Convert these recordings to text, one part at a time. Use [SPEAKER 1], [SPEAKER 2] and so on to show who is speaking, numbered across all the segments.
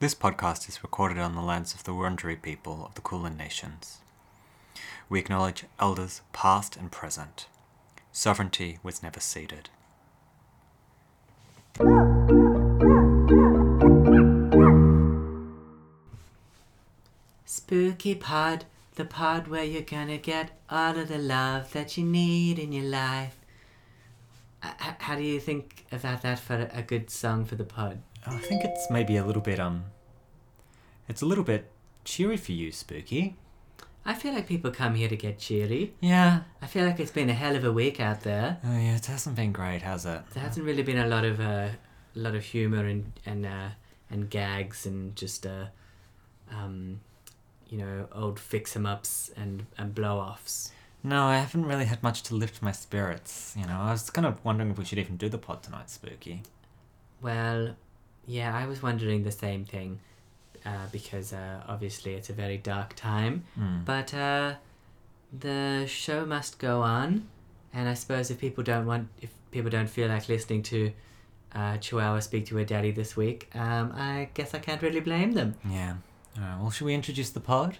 [SPEAKER 1] This podcast is recorded on the lands of the Wurundjeri people of the Kulin Nations. We acknowledge elders past and present. Sovereignty was never ceded.
[SPEAKER 2] Spooky pod, the pod where you're gonna get all of the love that you need in your life. Uh, h- how do you think about that for a good song for the pod?
[SPEAKER 1] Oh, I think it's maybe a little bit um. It's a little bit cheery for you, Spooky.
[SPEAKER 2] I feel like people come here to get cheery.
[SPEAKER 1] Yeah.
[SPEAKER 2] I feel like it's been a hell of a week out there.
[SPEAKER 1] Oh yeah, it hasn't been great, has it?
[SPEAKER 2] There hasn't really been a lot of uh, a lot of humor and and uh, and gags and just uh, um, you know old fix 'em ups and and blow offs.
[SPEAKER 1] No, I haven't really had much to lift my spirits. You know, I was kind of wondering if we should even do the pod tonight, Spooky.
[SPEAKER 2] Well, yeah, I was wondering the same thing, uh, because uh, obviously it's a very dark time.
[SPEAKER 1] Hmm.
[SPEAKER 2] But uh, the show must go on, and I suppose if people don't want, if people don't feel like listening to uh, Chihuahua speak to her daddy this week, um, I guess I can't really blame them.
[SPEAKER 1] Yeah. All right. Well, should we introduce the pod?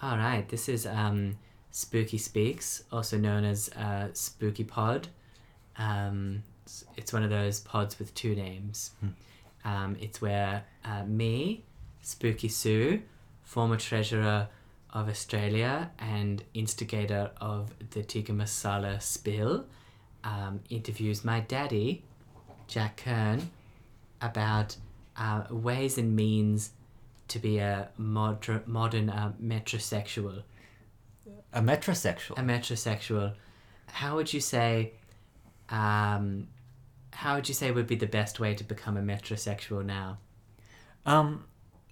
[SPEAKER 2] All right, this is um, Spooky Speaks, also known as uh, Spooky Pod. Um, s- it's one of those pods with two names. Um, it's where uh, me, Spooky Sue, former treasurer of Australia and instigator of the tikka masala spill, um, interviews my daddy, Jack Kern, about uh, ways and means to be a moder- modern uh, metrosexual.
[SPEAKER 1] A metrosexual.
[SPEAKER 2] A metrosexual. How would you say? Um, how would you say would be the best way to become a metrosexual now?
[SPEAKER 1] Um,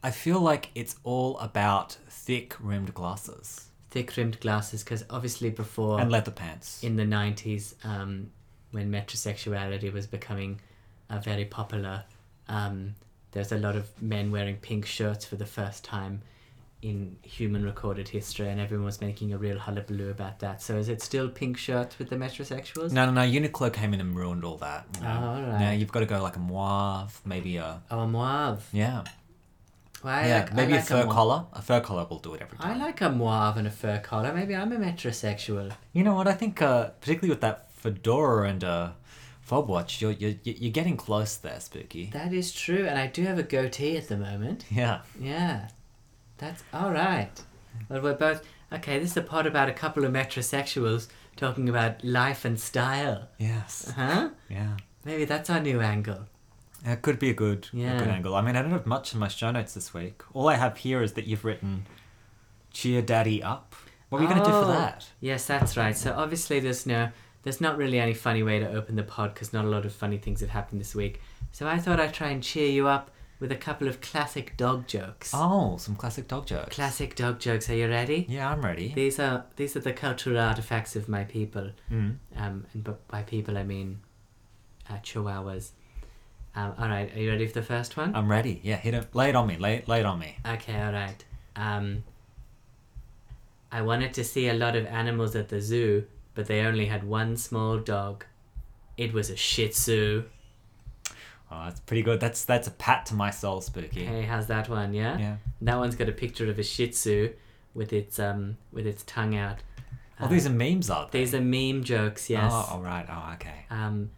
[SPEAKER 1] I feel like it's all about thick rimmed glasses
[SPEAKER 2] Thick rimmed glasses, because obviously before
[SPEAKER 1] and leather pants.
[SPEAKER 2] in the nineties, um, when metrosexuality was becoming uh, very popular, um, there's a lot of men wearing pink shirts for the first time in human recorded history, and everyone was making a real hullabaloo about that. So is it still pink shirts with the metrosexuals?
[SPEAKER 1] No, no, no. Uniqlo came in and ruined all that. You know?
[SPEAKER 2] Oh, all right.
[SPEAKER 1] Now you've got to go like a mauve, maybe a
[SPEAKER 2] Oh, a mauve.
[SPEAKER 1] yeah,
[SPEAKER 2] Well, I
[SPEAKER 1] yeah,
[SPEAKER 2] like,
[SPEAKER 1] maybe
[SPEAKER 2] I like
[SPEAKER 1] a fur
[SPEAKER 2] mauve.
[SPEAKER 1] collar. A fur collar will do it every
[SPEAKER 2] I
[SPEAKER 1] time.
[SPEAKER 2] like a mauve and a fur collar. Maybe I'm a metrosexual.
[SPEAKER 1] You know what? I think uh, particularly with that fedora and uh, fob watch, you're you're you're getting close there, Spooky.
[SPEAKER 2] That is true, and I do have a goatee at the moment.
[SPEAKER 1] yeah.
[SPEAKER 2] Yeah, that's all right. Well, we're both okay. This is a pod about a couple of metrosexuals talking about life and style.
[SPEAKER 1] Yes.
[SPEAKER 2] Huh?
[SPEAKER 1] Yeah. Yeah,
[SPEAKER 2] Maybe that's our new angle.
[SPEAKER 1] It could be a good, a
[SPEAKER 2] Yeah.
[SPEAKER 1] good angle. I mean, I don't have much in my show notes this week. All I have here is that you've written "Cheer Daddy Up." What are you going to do for
[SPEAKER 2] Oh.
[SPEAKER 1] that?
[SPEAKER 2] Yes, that's right. So obviously, there's no, there's not really any funny way to open the pod because not a lot of funny things have happened this week. So I thought I'd try and cheer you up with a couple of classic dog jokes.
[SPEAKER 1] Oh, some classic dog jokes.
[SPEAKER 2] Classic dog jokes. Are you ready?
[SPEAKER 1] Yeah, I'm ready.
[SPEAKER 2] These are these are the cultural artifacts of my people.
[SPEAKER 1] Mm.
[SPEAKER 2] Um, and b- by people I mean uh, chihuahuas. Um, all right, are you ready for the first one?
[SPEAKER 1] I'm ready. Yeah, hit it. Lay it on me. Lay, lay it on me.
[SPEAKER 2] okay, all right. Um, I wanted to see a lot of animals at the zoo, but they only had one small dog. It was a Shih Tzu.
[SPEAKER 1] Oh, that's pretty good. That's that's a pat to my soul, Spooky.
[SPEAKER 2] Hey, how's that one? Yeah.
[SPEAKER 1] Yeah.
[SPEAKER 2] That one's got a picture of a Shih Tzu with its um with its tongue out.
[SPEAKER 1] Oh, these are memes, are they?
[SPEAKER 2] Uh, These are meme jokes. Yes.
[SPEAKER 1] Oh, all right. Oh, okay.
[SPEAKER 2] um,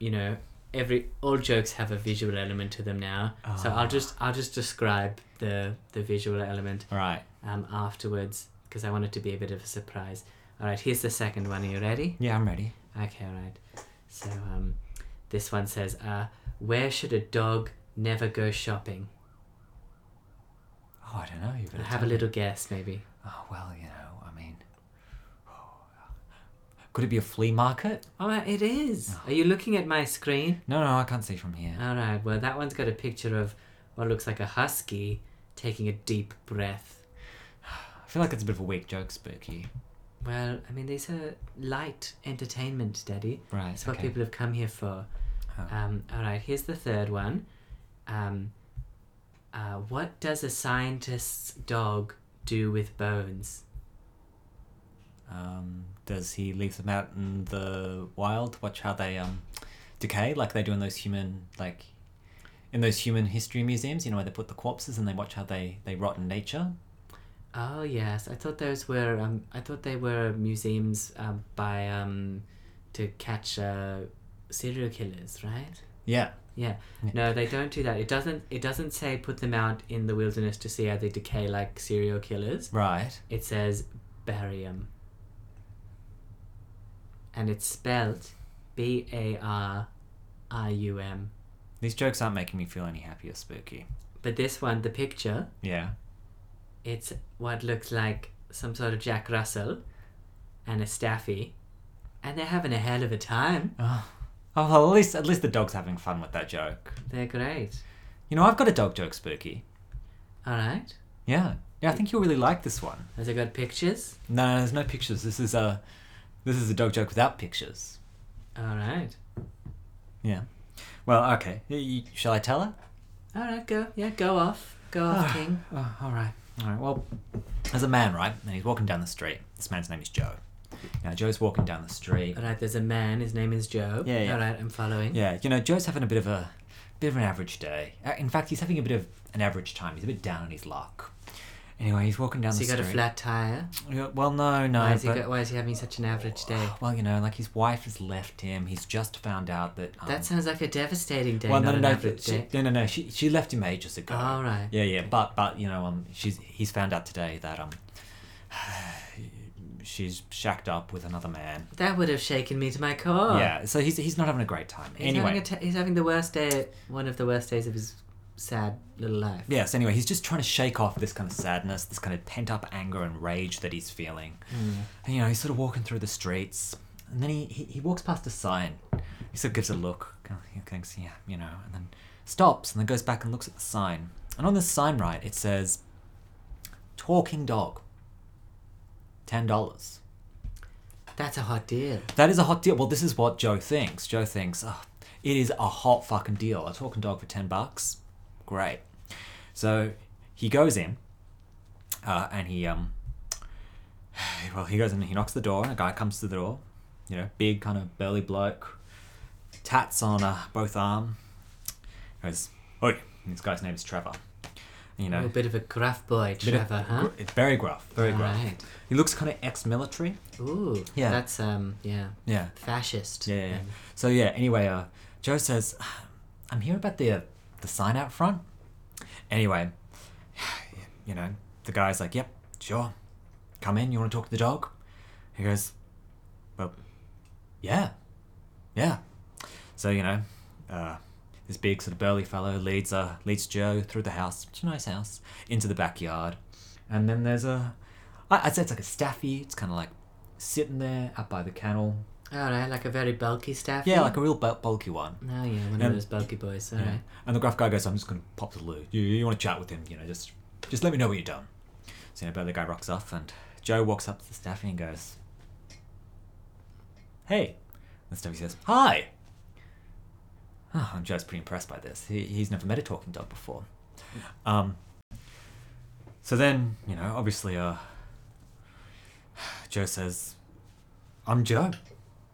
[SPEAKER 2] you know, every all jokes have a visual element to them now. So
[SPEAKER 1] Ah.
[SPEAKER 2] I'll just I'll just describe the the visual element
[SPEAKER 1] All right.
[SPEAKER 2] um, afterwards because I want it to be a bit of a surprise. All right, here's the second one. Are you ready?
[SPEAKER 1] Yeah, I'm ready.
[SPEAKER 2] Okay, all right. So um, this one says, uh, "Where should a dog never go shopping?"
[SPEAKER 1] Oh, I don't know. You better
[SPEAKER 2] Have a
[SPEAKER 1] tell me.
[SPEAKER 2] little guess, maybe.
[SPEAKER 1] Oh well, you know, I mean, could it be a flea market?
[SPEAKER 2] All right, Oh, uh, it is.
[SPEAKER 1] Ah.
[SPEAKER 2] Are you looking at my screen?
[SPEAKER 1] No, no, I can't see from here.
[SPEAKER 2] All right. Well, that one's got a picture of what looks like a husky taking a deep breath.
[SPEAKER 1] I feel like it's a bit of a weak joke, Spooky.
[SPEAKER 2] Well, I mean, these are light entertainment, Daddy.
[SPEAKER 1] Right.
[SPEAKER 2] That's what
[SPEAKER 1] okay.
[SPEAKER 2] people have come here for.
[SPEAKER 1] Oh.
[SPEAKER 2] Um, all right, here's the third one. Um, uh, what does a scientist's dog do with bones?
[SPEAKER 1] Um, does he leave them out in the wild to watch how they um decay, like they do in those human like in those human history museums, you know, where they put the corpses and they watch how they, they rot in nature.
[SPEAKER 2] Oh yes, I thought those were um, I thought they were museums um, by um, to catch uh, serial killers, right?
[SPEAKER 1] Yeah.
[SPEAKER 2] Yeah.
[SPEAKER 1] Yeah.
[SPEAKER 2] No, they don't do that. It doesn't. It doesn't say put them out in the wilderness to see how they decay like serial killers.
[SPEAKER 1] Right.
[SPEAKER 2] It says bury 'em. And it's spelled B A R I U M.
[SPEAKER 1] These jokes aren't making me feel any happy or spooky.
[SPEAKER 2] But this one, the picture,
[SPEAKER 1] Yeah.
[SPEAKER 2] it's what looks like some sort of Jack Russell and a staffy, and they're having a hell of a time.
[SPEAKER 1] Oh, oh well, at least at least the dog's having fun with that joke.
[SPEAKER 2] They're great.
[SPEAKER 1] You know, I've got a dog joke, Spooky.
[SPEAKER 2] All right.
[SPEAKER 1] Yeah. Yeah, I think you'll really like this one.
[SPEAKER 2] Has it got pictures?
[SPEAKER 1] No, no, there's no pictures. This is a this is a dog joke without pictures.
[SPEAKER 2] All right.
[SPEAKER 1] Yeah. Well, okay. Y- y- Shall I tell her?
[SPEAKER 2] All right. Go. Yeah. Go off. Go off, King.
[SPEAKER 1] Oh, all right. All right. Well, there's a man, right? And he's walking down the street. This man's name is Joe. Now, Joe's walking down the street.
[SPEAKER 2] All right. There's a man. His name is Joe.
[SPEAKER 1] Yeah, yeah.
[SPEAKER 2] All right. I'm following.
[SPEAKER 1] Yeah, you know, Joe's having a bit of a bit of an average day. Uh, In fact, he's having a bit of an average time. He's a bit down on his luck. Anyway, he's walking down
[SPEAKER 2] So
[SPEAKER 1] the
[SPEAKER 2] he got a
[SPEAKER 1] street.
[SPEAKER 2] flat tire.
[SPEAKER 1] Yeah, Well, no, no.
[SPEAKER 2] why, is he
[SPEAKER 1] but-
[SPEAKER 2] got, why is he having such an average day?
[SPEAKER 1] Well, you know, like his wife has left him. He's just found out that. Um,
[SPEAKER 2] That sounds like a devastating day.
[SPEAKER 1] well,
[SPEAKER 2] not
[SPEAKER 1] no, no,
[SPEAKER 2] an
[SPEAKER 1] no,
[SPEAKER 2] average
[SPEAKER 1] she,
[SPEAKER 2] day.
[SPEAKER 1] no, no, no. She she left him ages ago.
[SPEAKER 2] All right.
[SPEAKER 1] Yeah, yeah, but but you know, um, she's he's found out today that um, she's shacked up with another man.
[SPEAKER 2] That would have shaken me to my core.
[SPEAKER 1] Yeah, so he's he's not having a great time.
[SPEAKER 2] He's
[SPEAKER 1] anyway,
[SPEAKER 2] having a t- he's having the worst day, one of the worst days of his sad little life.
[SPEAKER 1] Yes, anyway, he's just trying to shake off this kind of sadness, this kind of pent up anger and rage that he's feeling. And, you know, he's sort of walking through the streets, and then he, he, he walks past a sign. He sort of gives it a look, kind of- he thinks, yeah, you know, and then stops, and then goes back and looks at the sign. And on this sign, right, it says, Talking Dog, $10.
[SPEAKER 2] That's a hot deal.
[SPEAKER 1] That is a hot deal. Well, this is what Joe thinks. Joe thinks, oh, it is a hot fucking deal. A talking dog for 10 bucks? Great. So he goes in uh, and he, um, well, he goes in and he knocks the door and a guy comes to the door, you know, big kind of burly bloke, tats on uh, both arm. Goes, oh, this guy's name is Trevor. You know,
[SPEAKER 2] a bit of a gruff boy,
[SPEAKER 1] bit of-
[SPEAKER 2] Trevor, huh?
[SPEAKER 1] gr- very gruff, very gruff.
[SPEAKER 2] Right.
[SPEAKER 1] He looks kind of ex-military.
[SPEAKER 2] Ooh.
[SPEAKER 1] Yeah.
[SPEAKER 2] That's um. Yeah.
[SPEAKER 1] Yeah.
[SPEAKER 2] Fascist.
[SPEAKER 1] Yeah, yeah, yeah. So yeah. Anyway, uh, Joe says, "Ah, "I'm here about the uh, the sign out front." Anyway, you know, the guy's like, "Yep, sure, come in. You want to talk to the dog?" He goes, "Well, yeah, yeah." So you know, uh, this big sort of burly fellow leads uh leads Joe through the house, it's a nice house, into the backyard, and then there's a, I- I'd say it's like a staffy. It's kind of like sitting there up by the kennel
[SPEAKER 2] All right, like a very bulky staff.
[SPEAKER 1] yeah, like a real bul- bulky one.
[SPEAKER 2] Oh yeah, one
[SPEAKER 1] Um,
[SPEAKER 2] of those bulky boys. All
[SPEAKER 1] Yeah.
[SPEAKER 2] right.
[SPEAKER 1] And the graph guy goes, "I'm just going to pop to the loo. You, you want to chat with him? You know, just just let me know what you've done." So you know, but the guy rocks off, and Joe walks up to the staffy and goes, "Hey," and Staffy says, "Hi." Oh, and Joe's pretty impressed by this. He, he's never met a talking dog before. Um, so then, you know, obviously, uh, Joe says, "I'm Joe.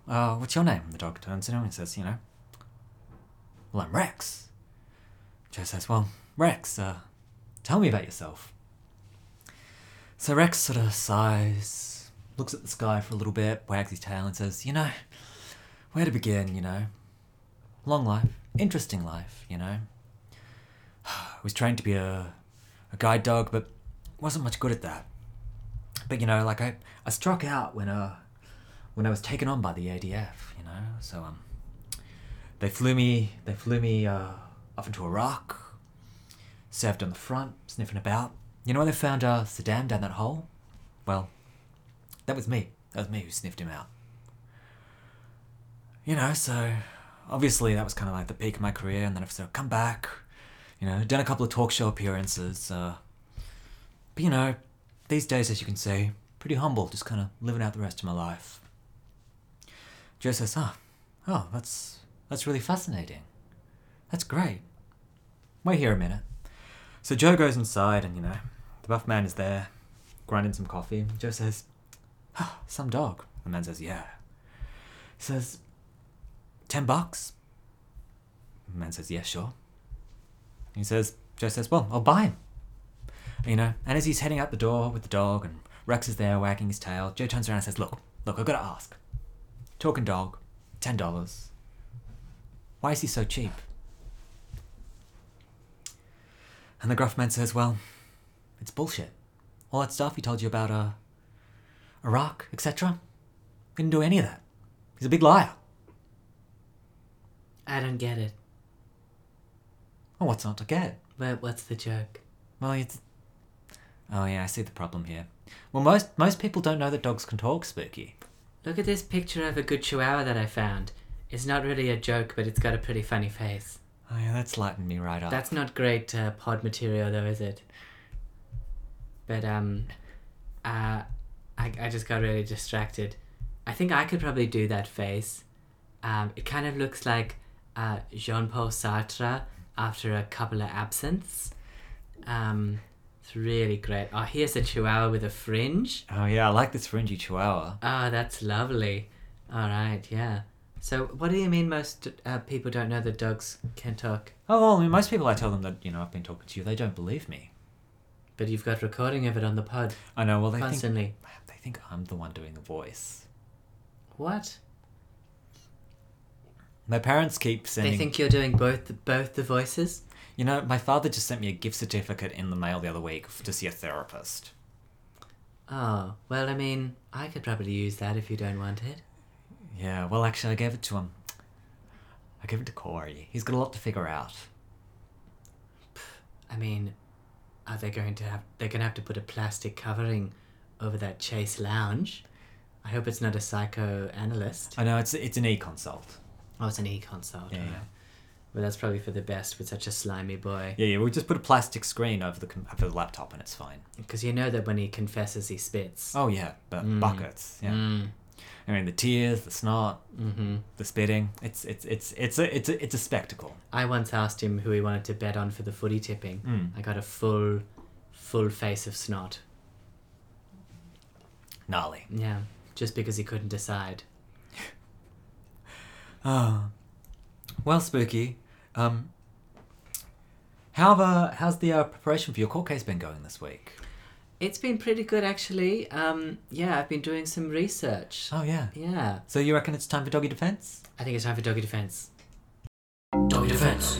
[SPEAKER 1] Uh, what's your name?" And the dog turns to him and says, "You know, well, I'm Rex. Joe says, Well, Rex, uh, tell me about yourself. So Rex sort of sighs, looks at the sky for a little bit, wags his tail, and says, You know, where to begin, you know? Long life, interesting life, you know? I was trained to be a, a guide dog, but wasn't much good at that. But, you know, like I, I struck out when, uh, when I was taken on by the ADF, you know? So, um, they flew me. They flew me uh, off into Iraq. Served on the front, sniffing about. You know when they found uh, Saddam down that hole? Well, that was me. That was me who sniffed him out. You know, so obviously that was kind of like the peak of my career, and then I've sort of come back. You know, done a couple of talk show appearances. Uh, but you know, these days, as you can see, pretty humble, just kind of living out the rest of my life. Joe says, "Ah, Oh, that's that's really fascinating. That's great. Wait here a minute. So Joe goes inside, and you know, the buff man is there, grinding some coffee. Joe says, "Ah, "Some dog." The man says, "Yeah." He says, 10 bucks." The man says, "Yeah, sure." He says, Joe says, well, I'll buy him. You know, and as he's heading out the door with the dog and Rex is there wagging his tail, Joe turns around and says, look, look, I've got to ask. Talking dog, $10. Why is he so cheap? And the gruff man says, well, it's bullshit. All that stuff he told you about, uh, Iraq, etc. Didn't do any of that. He's a big liar.
[SPEAKER 2] I don't get it.
[SPEAKER 1] Oh, what's not to get?
[SPEAKER 2] But what's the joke?
[SPEAKER 1] Well, it's. Oh yeah, I see the problem here. Well, most most people don't know that dogs can talk, Spooky.
[SPEAKER 2] Look at this picture of a good chihuahua that I found. It's not really a joke, but it's got a pretty funny face.
[SPEAKER 1] Oh yeah, that's lightened me right up.
[SPEAKER 2] That's not great uh, pod material, though, is it? But um, uh, I I just got really distracted. I think I could probably do that face. Um, it kind of looks like uh, Jean Paul Sartre after a couple of absence. Um, it's really great. Oh, here's a chihuahua with a fringe.
[SPEAKER 1] Oh yeah, I like this fringy chihuahua.
[SPEAKER 2] Oh, that's lovely. All right, yeah. So, what do you mean most uh, people don't know that dogs can talk?
[SPEAKER 1] Oh well, I mean, most people I tell them that you know I've been talking to you, they don't believe me.
[SPEAKER 2] But you've got recording of it on the pod
[SPEAKER 1] I know. Well, they think
[SPEAKER 2] constantly.
[SPEAKER 1] they think I'm the one doing the voice.
[SPEAKER 2] What?
[SPEAKER 1] My parents keep sending.
[SPEAKER 2] They think you're doing both the, both the voices.
[SPEAKER 1] You know, my father just sent me a gift certificate in the mail the other week f- to see a therapist.
[SPEAKER 2] Oh, well, I mean, I could probably use that if you don't want it.
[SPEAKER 1] Yeah, well, actually, I gave it to him. I gave it to Corey. He's got a lot to figure out.
[SPEAKER 2] I mean, are they going to have? They're going to have to put a plastic covering over that Chase Lounge. I hope it's not a psychoanalyst.
[SPEAKER 1] I know it's it's an e-consult.
[SPEAKER 2] Oh, it's an e-consult.
[SPEAKER 1] Yeah,
[SPEAKER 2] alright.
[SPEAKER 1] yeah.
[SPEAKER 2] But that's probably for the best with such a slimy boy.
[SPEAKER 1] Yeah, yeah. We just put a plastic screen over the com- over the laptop and it's fine.
[SPEAKER 2] Because you know that when he confesses, he spits.
[SPEAKER 1] Oh yeah, but
[SPEAKER 2] Mm.
[SPEAKER 1] buckets. Yeah.
[SPEAKER 2] Mm.
[SPEAKER 1] I mean, the tears, the snot,
[SPEAKER 2] Mm-hmm.
[SPEAKER 1] the spitting. It's it's it's it's a it's a, it's a spectacle.
[SPEAKER 2] I once asked him who he wanted to bet on for the footy tipping.
[SPEAKER 1] Mm.
[SPEAKER 2] I got a full, full face of snot.
[SPEAKER 1] Gnarly.
[SPEAKER 2] Yeah, just because he couldn't decide.
[SPEAKER 1] Ah. Well, spooky. Um. How the how's the uh, preparation for your court case been going this week?
[SPEAKER 2] It's been pretty good actually. Um, yeah, I've been doing some research.
[SPEAKER 1] Oh yeah.
[SPEAKER 2] Yeah,
[SPEAKER 1] So you reckon it's time for doggy defense?
[SPEAKER 2] I think it's time for doggy defense.
[SPEAKER 3] Doggy defense.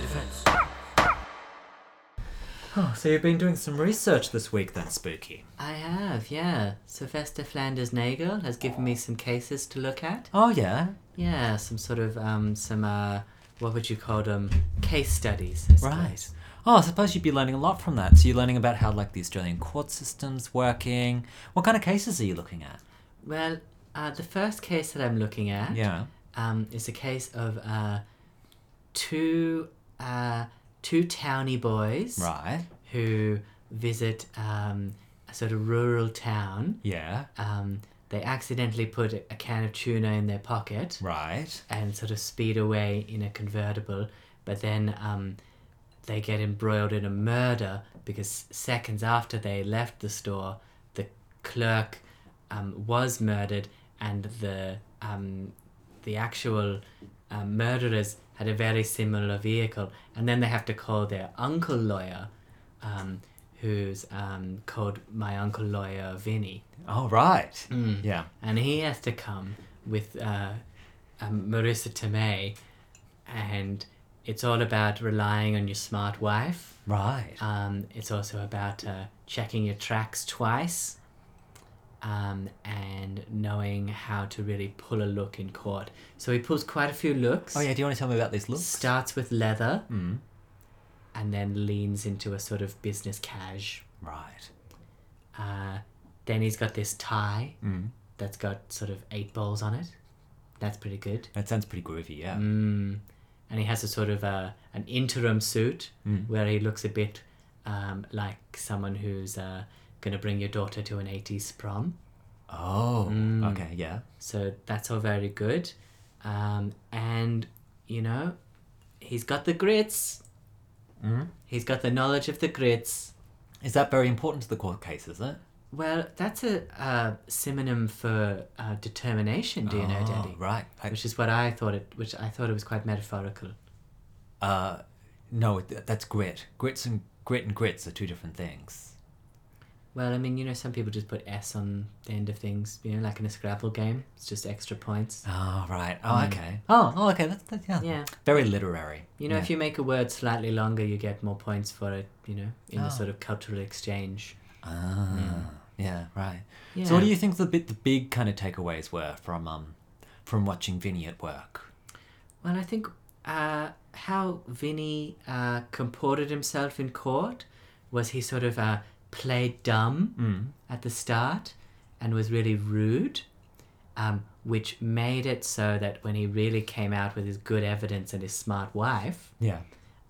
[SPEAKER 1] Oh, so you've been doing some research this week then, spooky.
[SPEAKER 2] I have, yeah. Sylvester Flanders Nagel has given me some cases to look at.
[SPEAKER 1] Oh yeah.
[SPEAKER 2] Yeah, some sort of um, some uh, what would you call them? Case studies. I suppose.
[SPEAKER 1] Right. Oh, I suppose you'd be learning a lot from that. So you're learning about how like the Australian court system's working. What kind of cases are you looking at?
[SPEAKER 2] Well, uh, the first case that I'm looking at
[SPEAKER 1] Yeah.
[SPEAKER 2] um, is a case of uh, two uh, two townie boys
[SPEAKER 1] Right.
[SPEAKER 2] who visit um, a sort of rural town.
[SPEAKER 1] Yeah.
[SPEAKER 2] Um, they accidentally put a can of tuna in their pocket
[SPEAKER 1] Right.
[SPEAKER 2] and sort of speed away in a convertible, but then um, they get embroiled in a murder because seconds after they left the store, the clerk um, was murdered, and the um, the actual um, murderers had a very similar vehicle, and then they have to call their uncle lawyer, um, who's um, called my uncle lawyer Vinny.
[SPEAKER 1] Oh, right.
[SPEAKER 2] Mm
[SPEAKER 1] Yeah.
[SPEAKER 2] and he has to come with uh, um, Marissa Tomei, and it's all about relying on your smart wife.
[SPEAKER 1] Right.
[SPEAKER 2] Um, it's also about uh, checking your tracks twice, um, and knowing how to really pull a look in court. So he pulls quite a few looks.
[SPEAKER 1] Oh yeah. Do you want to tell me about these looks?
[SPEAKER 2] Starts with leather,
[SPEAKER 1] Mm.
[SPEAKER 2] and then leans into a sort of business cash.
[SPEAKER 1] Right.
[SPEAKER 2] Uh, then he's got this tie
[SPEAKER 1] Mm.
[SPEAKER 2] that's got sort of eight balls on it. That's pretty good.
[SPEAKER 1] That sounds pretty groovy. Yeah.
[SPEAKER 2] Mm. And he has a sort of a, an interim suit
[SPEAKER 1] Mm.
[SPEAKER 2] where he looks a bit um, like someone who's uh, going to bring your daughter to an 80s prom.
[SPEAKER 1] Oh.
[SPEAKER 2] Mm.
[SPEAKER 1] Okay. Yeah.
[SPEAKER 2] So that's all very good. Um, and, you know, he's got the grits.
[SPEAKER 1] Mm.
[SPEAKER 2] He's got the knowledge of the grits.
[SPEAKER 1] Is that very important to the court case? Is it?
[SPEAKER 2] Well, that's a uh, synonym for uh, determination, do you know,
[SPEAKER 1] Oh,
[SPEAKER 2] Daddy?
[SPEAKER 1] Right. I-
[SPEAKER 2] Which is what I thought it. Which I thought it was quite metaphorical.
[SPEAKER 1] uh, No, th- that's grit. Grits and grit and grits are two different things.
[SPEAKER 2] Well, I mean, you know, some people just put S on the end of things, you know, like in a Scrabble game. It's just extra points.
[SPEAKER 1] Oh right. Oh
[SPEAKER 2] Mm.
[SPEAKER 1] okay. Oh, oh okay. That's, that's yeah.
[SPEAKER 2] Yeah.
[SPEAKER 1] Very literary.
[SPEAKER 2] You know,
[SPEAKER 1] Yeah.
[SPEAKER 2] if you make a word slightly longer, you get more points for it, you know, in
[SPEAKER 1] Oh.
[SPEAKER 2] a sort of cultural exchange.
[SPEAKER 1] Ah. Yeah. Right.
[SPEAKER 2] Yeah.
[SPEAKER 1] So, what do you think the bit the big kind of takeaways were from um from watching Vinny at work?
[SPEAKER 2] Well, I think uh, how Vinny uh, comported himself in court was he sort of uh, played dumb
[SPEAKER 1] Mm.
[SPEAKER 2] at the start and was really rude, um, which made it so that when he really came out with his good evidence and his smart wife,
[SPEAKER 1] Yeah.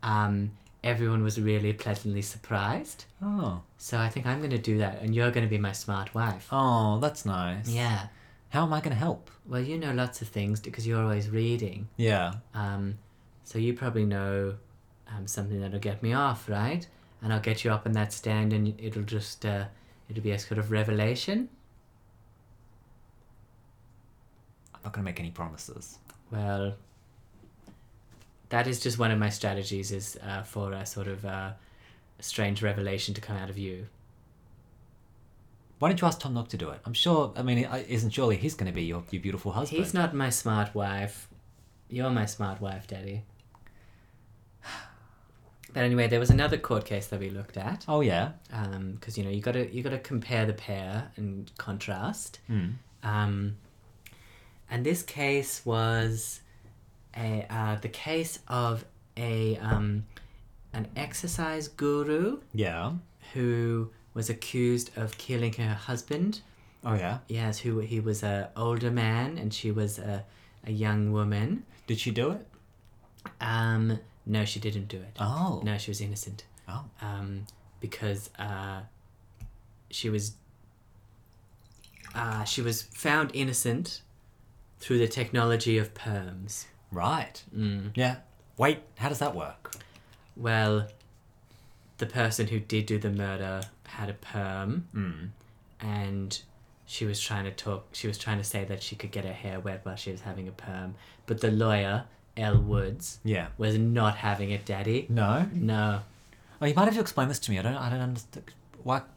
[SPEAKER 2] um, everyone was really pleasantly surprised.
[SPEAKER 1] Oh.
[SPEAKER 2] So I think I'm going to do that, and you're going to be my smart wife.
[SPEAKER 1] Oh, that's nice.
[SPEAKER 2] Yeah.
[SPEAKER 1] How am I gonna help?
[SPEAKER 2] Well, you know lots of things because you're always reading.
[SPEAKER 1] Yeah.
[SPEAKER 2] Um, so you probably know um, something that'll get me off, right? And I'll get you up in that stand, and it'll just uh, it'll be a sort of revelation.
[SPEAKER 1] I'm not gonna make any promises.
[SPEAKER 2] Well, that is just one of my strategies is uh, for a sort of uh, strange revelation to come out of you.
[SPEAKER 1] Why don't you ask Tom Nook to do it? I'm sure. I mean, I- isn't surely he's gonna be your your beautiful husband?
[SPEAKER 2] He's not my smart wife. You're my smart wife, Daddy. But anyway, there was another court case that we looked at.
[SPEAKER 1] Oh yeah.
[SPEAKER 2] because Um, you know you got to you got to compare the pair and contrast.
[SPEAKER 1] Mm.
[SPEAKER 2] Um, and this case was a uh, the case of a um, an exercise guru
[SPEAKER 1] Yeah.
[SPEAKER 2] who was accused of killing her husband.
[SPEAKER 1] Oh yeah.
[SPEAKER 2] Yes, who he was a older man and she was a a young woman.
[SPEAKER 1] Did she do it?
[SPEAKER 2] Um, no, she didn't do it.
[SPEAKER 1] Oh.
[SPEAKER 2] No, she was innocent.
[SPEAKER 1] Oh.
[SPEAKER 2] um, because uh, she was uh, she was found innocent through the technology of perms.
[SPEAKER 1] Right.
[SPEAKER 2] Mm.
[SPEAKER 1] Yeah. Wait. How does that work?
[SPEAKER 2] Well, the person who did do the murder had a perm,
[SPEAKER 1] Mm.
[SPEAKER 2] and she was trying to talk. She was trying to say that she could get her hair wet while she was having a perm, but the lawyer L Woods
[SPEAKER 1] Yeah.
[SPEAKER 2] was not having it, Daddy.
[SPEAKER 1] No.
[SPEAKER 2] No.
[SPEAKER 1] Oh, you might have to explain this to me. I don't. I don't understand. What?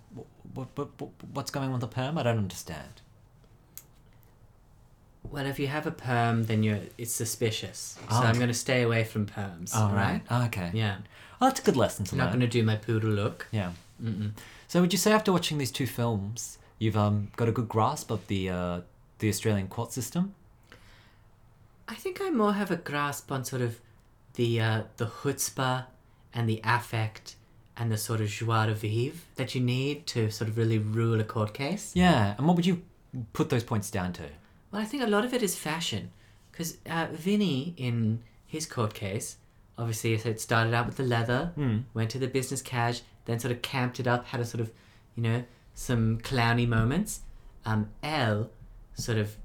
[SPEAKER 1] What, what, what's going on with the perm? I don't understand.
[SPEAKER 2] Well, if you have a perm, then you're it's suspicious.
[SPEAKER 1] Oh.
[SPEAKER 2] So I'm going to stay away from perms.
[SPEAKER 1] All
[SPEAKER 2] all
[SPEAKER 1] right.
[SPEAKER 2] right?
[SPEAKER 1] Oh, okay.
[SPEAKER 2] Yeah.
[SPEAKER 1] Oh, that's a good lesson to
[SPEAKER 2] I'm not
[SPEAKER 1] learn.
[SPEAKER 2] going to do my poodle look.
[SPEAKER 1] Yeah.
[SPEAKER 2] Mm-mm.
[SPEAKER 1] So, would you say after watching these two films, you've um, got a good grasp of the uh, the Australian court system?
[SPEAKER 2] I think I more have a grasp on sort of the uh, the chutzpah and the affect and the sort of joie de vivre that you need to sort of really rule a court case.
[SPEAKER 1] Yeah. And what would you put those points down to?
[SPEAKER 2] Well, I think a lot of it is fashion, because uh, Vinny in his court case, obviously, so it started out with the leather,
[SPEAKER 1] Mm.
[SPEAKER 2] went to the business cash, then sort of camped it up, had a sort of, you know, some clowny moments. Um, Elle sort of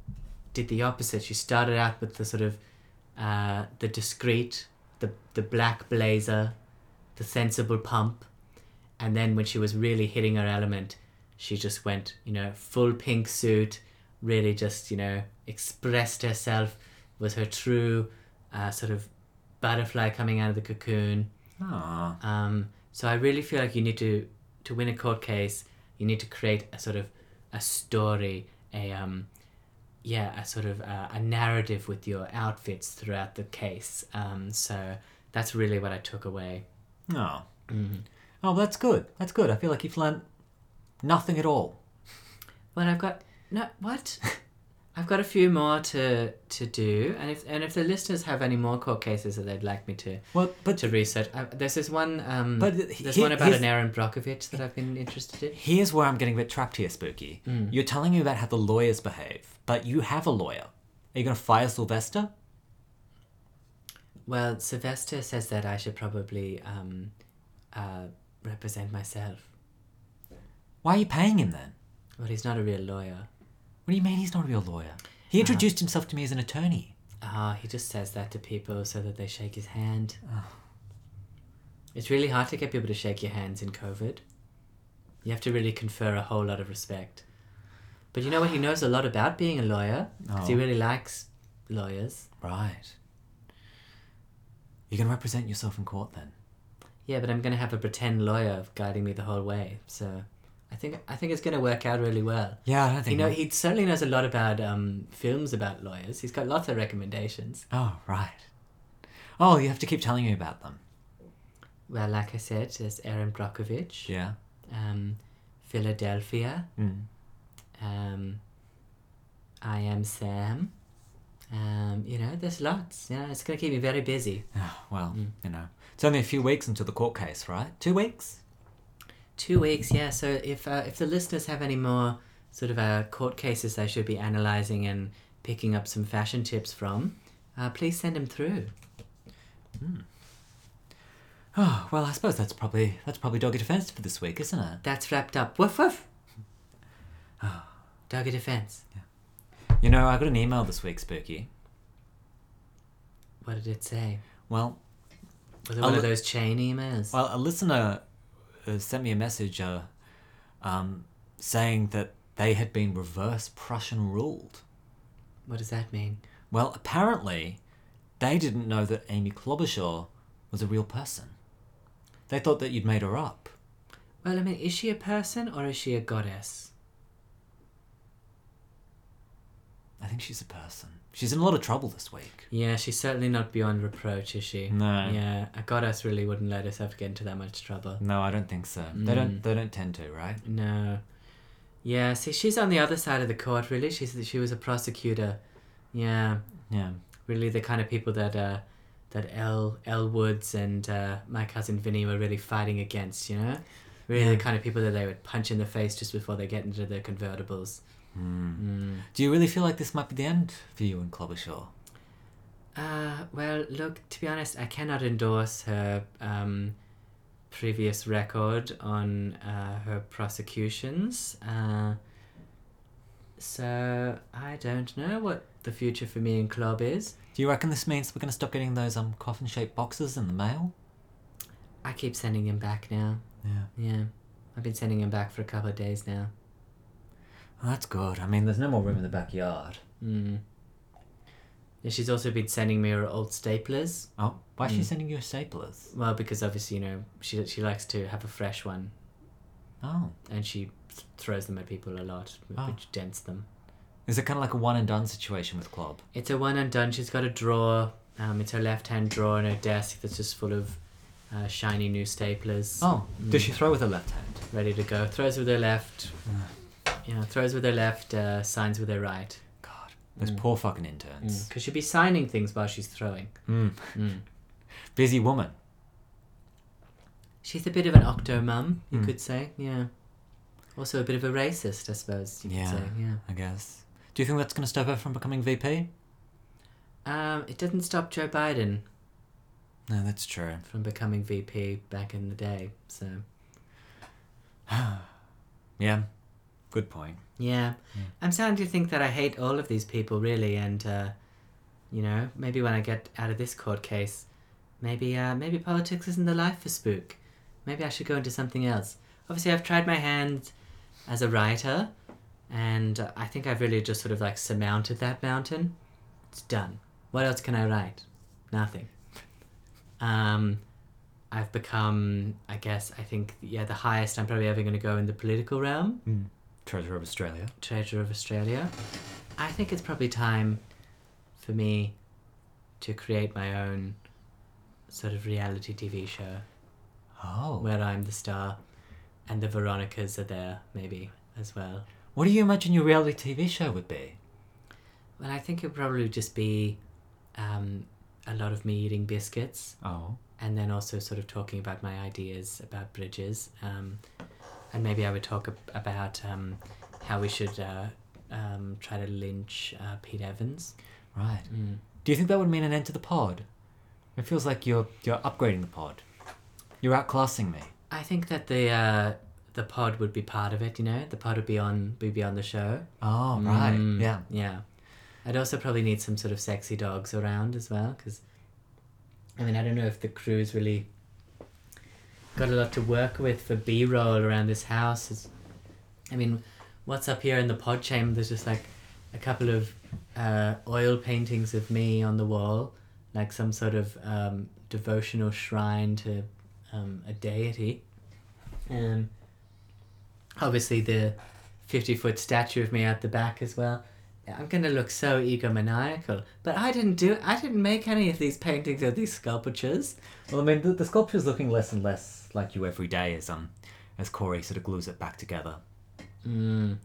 [SPEAKER 2] did the opposite. She started out with the sort of uh, the discreet, the the black blazer, the sensible pump, and then when she was really hitting her element, she just went, you know, full pink suit, really just, you know, expressed herself, was her true uh, sort of butterfly coming out of the cocoon.
[SPEAKER 1] Ah.
[SPEAKER 2] Um, so I really feel like you need to, to win a court case, you need to create a sort of a story, a, um, yeah, a sort of uh, a narrative with your outfits throughout the case. Um, so that's really what I took away.
[SPEAKER 1] Oh.
[SPEAKER 2] Mhm.
[SPEAKER 1] Oh, that's good. That's good. I feel like you've learned nothing at all.
[SPEAKER 2] Well, I've got no what? I've got a few more to to do, and if and if the listeners have any more court cases that they'd like me to
[SPEAKER 1] Well, but
[SPEAKER 2] to research, I, there's this one. Um,
[SPEAKER 1] But
[SPEAKER 2] there's
[SPEAKER 1] he-
[SPEAKER 2] one about
[SPEAKER 1] he's-
[SPEAKER 2] an Aaron Brockovich that I've been interested in.
[SPEAKER 1] here's where I'm getting a bit trapped here, Spooky.
[SPEAKER 2] Mm.
[SPEAKER 1] You're telling me about how the lawyers behave, but you have a lawyer. Are you going to fire Sylvester?
[SPEAKER 2] Well, Sylvester says that I should probably um, uh, represent myself.
[SPEAKER 1] Why are you paying him then?
[SPEAKER 2] Well, he's not a real lawyer.
[SPEAKER 1] What do you mean he's not a real lawyer?
[SPEAKER 2] Uh-huh.
[SPEAKER 1] He introduced himself to me as an attorney.
[SPEAKER 2] Ah, he just says that to people so that they shake his hand.
[SPEAKER 1] Ah.
[SPEAKER 2] It's really hard to get people to shake your hands in COVID. You have to really confer a whole lot of respect. But you know what? He knows a lot about being a lawyer because he
[SPEAKER 1] Oh.
[SPEAKER 2] really likes lawyers.
[SPEAKER 1] Right. You're going to represent yourself in court then?
[SPEAKER 2] Yeah, but I'm gonna have a pretend lawyer guiding me the whole way. So, I think I think it's gonna work out really well.
[SPEAKER 1] Yeah, I don't
[SPEAKER 2] You
[SPEAKER 1] think.
[SPEAKER 2] know,
[SPEAKER 1] that-
[SPEAKER 2] he certainly knows a lot about um, films about lawyers. He's got lots of recommendations.
[SPEAKER 1] Oh right. Oh, you have to keep telling me about them.
[SPEAKER 2] Well, like I said, there's Aaron Brockovich,
[SPEAKER 1] Yeah.
[SPEAKER 2] um, Philadelphia,
[SPEAKER 1] Mm.
[SPEAKER 2] um, I Am Sam. Um, you know, there's lots. You know, it's gonna keep me very busy.
[SPEAKER 1] Ah, well, you know, it's only a few weeks until the court case, right? Two weeks.
[SPEAKER 2] Two weeks, yeah. So if uh, if the listeners have any more sort of uh, court cases they should be analysing and picking up some fashion tips from, uh, please send them through.
[SPEAKER 1] Oh Hmm. well, I suppose that's probably that's probably doggy defense for this week, isn't it?
[SPEAKER 2] That's wrapped up. Woof woof. Doggy defense.
[SPEAKER 1] You know, I got an email this week, Spooky.
[SPEAKER 2] What did it say?
[SPEAKER 1] Well,
[SPEAKER 2] Was it
[SPEAKER 1] I'll
[SPEAKER 2] one of
[SPEAKER 1] look-
[SPEAKER 2] those chain emails?
[SPEAKER 1] Well, a listener uh, sent me a message uh, um, saying that they had been reverse Prussian ruled.
[SPEAKER 2] what does that mean?
[SPEAKER 1] Well, apparently, they didn't know that Amy Klobuchar was a real person. They thought that you'd made her up.
[SPEAKER 2] Well, I mean, is she a person or is she a goddess?
[SPEAKER 1] I think she's a person. She's in a lot of trouble this week.
[SPEAKER 2] Yeah, she's certainly not beyond reproach, is she?
[SPEAKER 1] No.
[SPEAKER 2] Yeah, a goddess really wouldn't let herself get into that much trouble.
[SPEAKER 1] No, I don't think so. They don't. They don't tend to, right?
[SPEAKER 2] No. Yeah, see, she's on the other side of the court, really. She's she was a prosecutor. Yeah,
[SPEAKER 1] Yeah.
[SPEAKER 2] really the kind of people that uh, that L L Woods and uh, my cousin Vinny were really fighting against. You know, really the
[SPEAKER 1] Yeah.
[SPEAKER 2] kind of people that they would punch in the face just before they get into their convertibles. Mm.
[SPEAKER 1] Hmm. Do you really feel like this might be the end for you and Klobuchar?
[SPEAKER 2] Uh, well, look, to be honest, I cannot endorse her um, previous record on uh, her prosecutions. Uh, so I don't know what the future for me and Club is.
[SPEAKER 1] Do you reckon this means we're going to stop getting those um coffin-shaped boxes in the mail?
[SPEAKER 2] I keep sending him back now.
[SPEAKER 1] Yeah.
[SPEAKER 2] Yeah, I've been sending him back for a couple of days now.
[SPEAKER 1] Well, Oh, that's good. I mean, there's no more room in the backyard.
[SPEAKER 2] Mm. And she's also been sending me her old staplers.
[SPEAKER 1] Oh, why is she
[SPEAKER 2] Mm.
[SPEAKER 1] sending you staplers?
[SPEAKER 2] Well, because obviously you know she she likes to have a fresh one
[SPEAKER 1] Oh,
[SPEAKER 2] and she th- throws them at people a lot,
[SPEAKER 1] Oh.
[SPEAKER 2] which dents them.
[SPEAKER 1] is it kind of like a one and done situation with Club?
[SPEAKER 2] It's a one and done. She's got a drawer. Um, it's her left hand drawer in her desk that's just full of uh, shiny new staplers,
[SPEAKER 1] Oh, does
[SPEAKER 2] Mm.
[SPEAKER 1] she throw with her left hand?
[SPEAKER 2] ready to go. Throws with her left. You know, throws with her left. Uh, signs with her right.
[SPEAKER 1] God, those poor fucking interns.
[SPEAKER 2] Because she'll be signing things while she's throwing.
[SPEAKER 1] Mm.
[SPEAKER 2] Mm.
[SPEAKER 1] Busy woman.
[SPEAKER 2] She's a bit of an octo mum, you
[SPEAKER 1] Mm.
[SPEAKER 2] could say. Yeah. Also a bit of a racist, I suppose you
[SPEAKER 1] Yeah.
[SPEAKER 2] could say. Yeah.
[SPEAKER 1] I guess. Do you think that's going to stop her from becoming VP?
[SPEAKER 2] Um, it doesn't stop Joe Biden
[SPEAKER 1] No, that's true.
[SPEAKER 2] from becoming VP back in the day. So
[SPEAKER 1] Yeah, good point.
[SPEAKER 2] yeah, I'm starting to think that I hate all of these people really, and uh, you know, maybe when I get out of this court case, maybe uh, maybe politics isn't the life for Spook. Maybe I should go into something else. Obviously, I've tried my hand as a writer, and uh, I think I've really just sort of like surmounted that mountain. It's done. What else can I write? Nothing. Um, I've become, I guess, I think, yeah, the highest I'm probably ever going to go in the political realm,
[SPEAKER 1] Hmm. Treasurer of Australia.
[SPEAKER 2] Treasurer of Australia. I think it's probably time for me to create my own sort of reality TV show
[SPEAKER 1] Oh.
[SPEAKER 2] where I'm the star and the Veronicas are there, maybe, as well.
[SPEAKER 1] What do you imagine your reality TV show would be?
[SPEAKER 2] Well, I think it would probably just be um, a lot of me eating biscuits.
[SPEAKER 1] Oh.
[SPEAKER 2] and then also sort of talking about my ideas about bridges. Um, and maybe I would talk ab- about um, how we should uh, um, try to lynch uh, Pete Evans.
[SPEAKER 1] Right. Do you think that would mean an end to the pod? It feels like you're you're upgrading the pod. You're outclassing me.
[SPEAKER 2] I think that the uh, the pod would be part of it. You know, the pod would be on would be on the show.
[SPEAKER 1] Oh, right.
[SPEAKER 2] Mm,
[SPEAKER 1] Yeah.
[SPEAKER 2] yeah. I'd also probably need some sort of sexy dogs around as well, because I mean I don't know if the crew's really got a lot to work with for B roll around this house. It's, I mean, what's up here in the pod chamber? There's just like a couple of uh, oil paintings of me on the wall, like some sort of um, devotional shrine to um, a deity. Um, obviously, the 50 foot statue of me at the back as well. I'm going to look so egomaniacal. But I didn't do, I didn't make any of these paintings or these sculptures.
[SPEAKER 1] Well, I mean, the, the sculpture's looking less and less like you every day as um, as Corey sort of glues it back together.
[SPEAKER 2] Mm.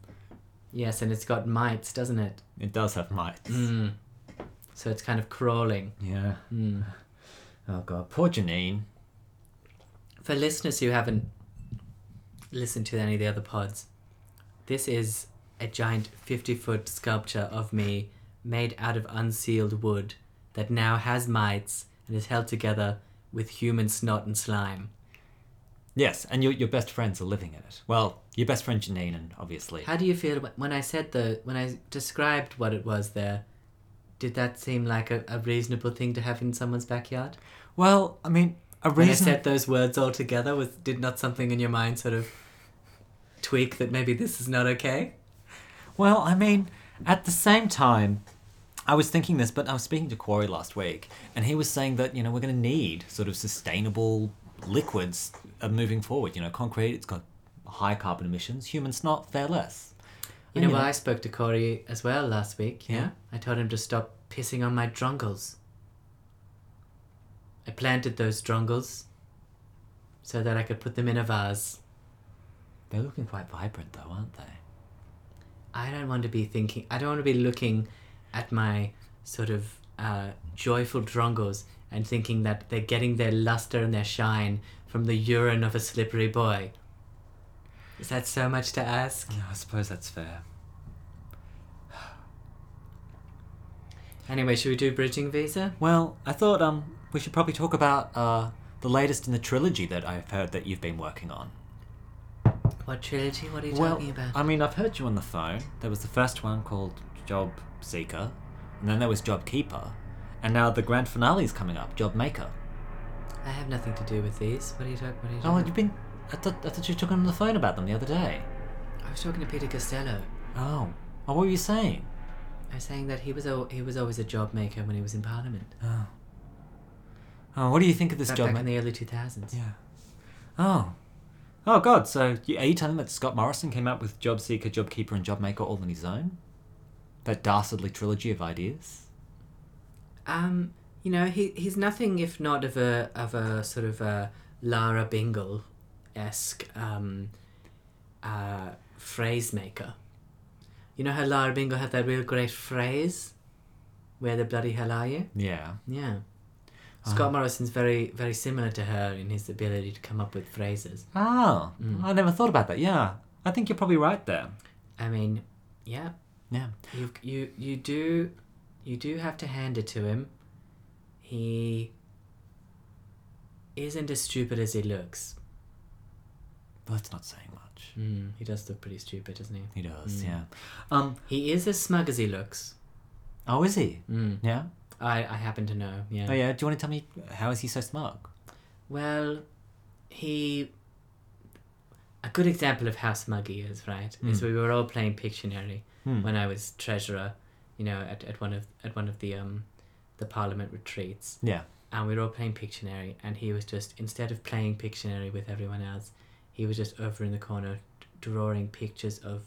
[SPEAKER 2] Yes, and it's got mites, doesn't it?
[SPEAKER 1] It does have mites.
[SPEAKER 2] Mm. So it's kind of crawling.
[SPEAKER 1] Hmm. Yeah.
[SPEAKER 2] Mm.
[SPEAKER 1] Oh god, poor Janine.
[SPEAKER 2] For listeners who haven't listened to any of the other pods, this is a giant 50 foot sculpture of me made out of unsealed wood that now has mites and is held together with human snot and slime.
[SPEAKER 1] Yes, and your your best friends are living in it. Well, your best friend Janine, and obviously.
[SPEAKER 2] How do you feel about- when I said the when I described what it was there? Did that seem like a, a reasonable thing to have in someone's backyard?
[SPEAKER 1] Well, I mean, a
[SPEAKER 2] When I
[SPEAKER 1] reason.
[SPEAKER 2] said those words all together, was did not something in your mind sort of tweak that maybe this is not okay?
[SPEAKER 1] Well, I mean, at the same time, I was thinking this, but I was speaking to Quarry last week, and he was saying that, you know, we're going to need sort of sustainable liquids uh, moving forward. You know, concrete, it's got high carbon emissions, human snot, fare less.
[SPEAKER 2] You
[SPEAKER 1] And,
[SPEAKER 2] know, well, I spoke to Corey as well last week. Yeah?
[SPEAKER 1] Yeah.
[SPEAKER 2] I told him to stop pissing on my drongles. I planted those drongles so that I could put them in a vase.
[SPEAKER 1] They're looking quite vibrant, though, aren't they?
[SPEAKER 2] I don't want to be thinking. I don't want to be looking at my sort of uh, joyful drongos and thinking that they're getting their luster and their shine from the urine of a slippery boy. Is that so much to ask?
[SPEAKER 1] Yeah, I suppose that's fair.
[SPEAKER 2] Anyway, should we do bridging visa?
[SPEAKER 1] Well, I thought um we should probably talk about uh the latest in the trilogy that I've heard that you've been working on.
[SPEAKER 2] What trilogy? What are you
[SPEAKER 1] well,
[SPEAKER 2] talking about?
[SPEAKER 1] I mean, I've heard you on the phone. There was the first one called Job Seeker, and then there was Job Keeper, and now the grand finale is coming up, Job Maker.
[SPEAKER 2] I have nothing to do with these. What are you talking? What are you
[SPEAKER 1] Oh,
[SPEAKER 2] talking?
[SPEAKER 1] you've been. I thought, I thought you were talking on the phone about them the other day.
[SPEAKER 2] I was talking to Peter Costello.
[SPEAKER 1] Oh. Oh, what were you saying?
[SPEAKER 2] I was saying that he was al- he was always a job maker when he was in Parliament.
[SPEAKER 1] Oh. Oh, what do you think of this
[SPEAKER 2] Back,
[SPEAKER 1] job?
[SPEAKER 2] back
[SPEAKER 1] Ma-
[SPEAKER 2] in the early two thousands.
[SPEAKER 1] Yeah. Oh. Oh God. So you, are you telling me that Scott Morrison came up with Job Seeker, Job Keeper, and Job Maker all on his own? That dastardly trilogy of ideas.
[SPEAKER 2] Um, you know, he he's nothing if not of a of a sort of a Lara Bingle esque um, uh, phrase maker. You know how Lara Bingle had that real great phrase, "Where the bloody hell are you?"
[SPEAKER 1] Yeah.
[SPEAKER 2] Yeah.
[SPEAKER 1] Uh-huh.
[SPEAKER 2] Scott Morrison's very very similar to her in his ability to come up with phrases.
[SPEAKER 1] Oh,
[SPEAKER 2] Mm.
[SPEAKER 1] I never thought about that. Yeah, I think you're probably right there.
[SPEAKER 2] I mean, yeah,
[SPEAKER 1] Yeah.
[SPEAKER 2] You you you do you do have to hand it to him. He isn't as stupid as he looks.
[SPEAKER 1] Well, that's not saying much.
[SPEAKER 2] Mm, he does look pretty stupid, doesn't he?
[SPEAKER 1] He does.
[SPEAKER 2] Mm.
[SPEAKER 1] Yeah. Um.
[SPEAKER 2] He is as smug as he looks.
[SPEAKER 1] Oh, is he?
[SPEAKER 2] Mm.
[SPEAKER 1] Yeah.
[SPEAKER 2] I I happen to know. Yeah.
[SPEAKER 1] Oh, yeah. Do you want to tell me how is he so smug?
[SPEAKER 2] Well, he. A good example of how smug he is, right? Is
[SPEAKER 1] Mm.
[SPEAKER 2] we were all playing Pictionary
[SPEAKER 1] Hmm.
[SPEAKER 2] when I was treasurer, you know, at, at one of at one of the um, the Parliament retreats.
[SPEAKER 1] Yeah.
[SPEAKER 2] and we were all playing Pictionary, and he was just instead of playing Pictionary with everyone else, he was just over in the corner d- drawing pictures of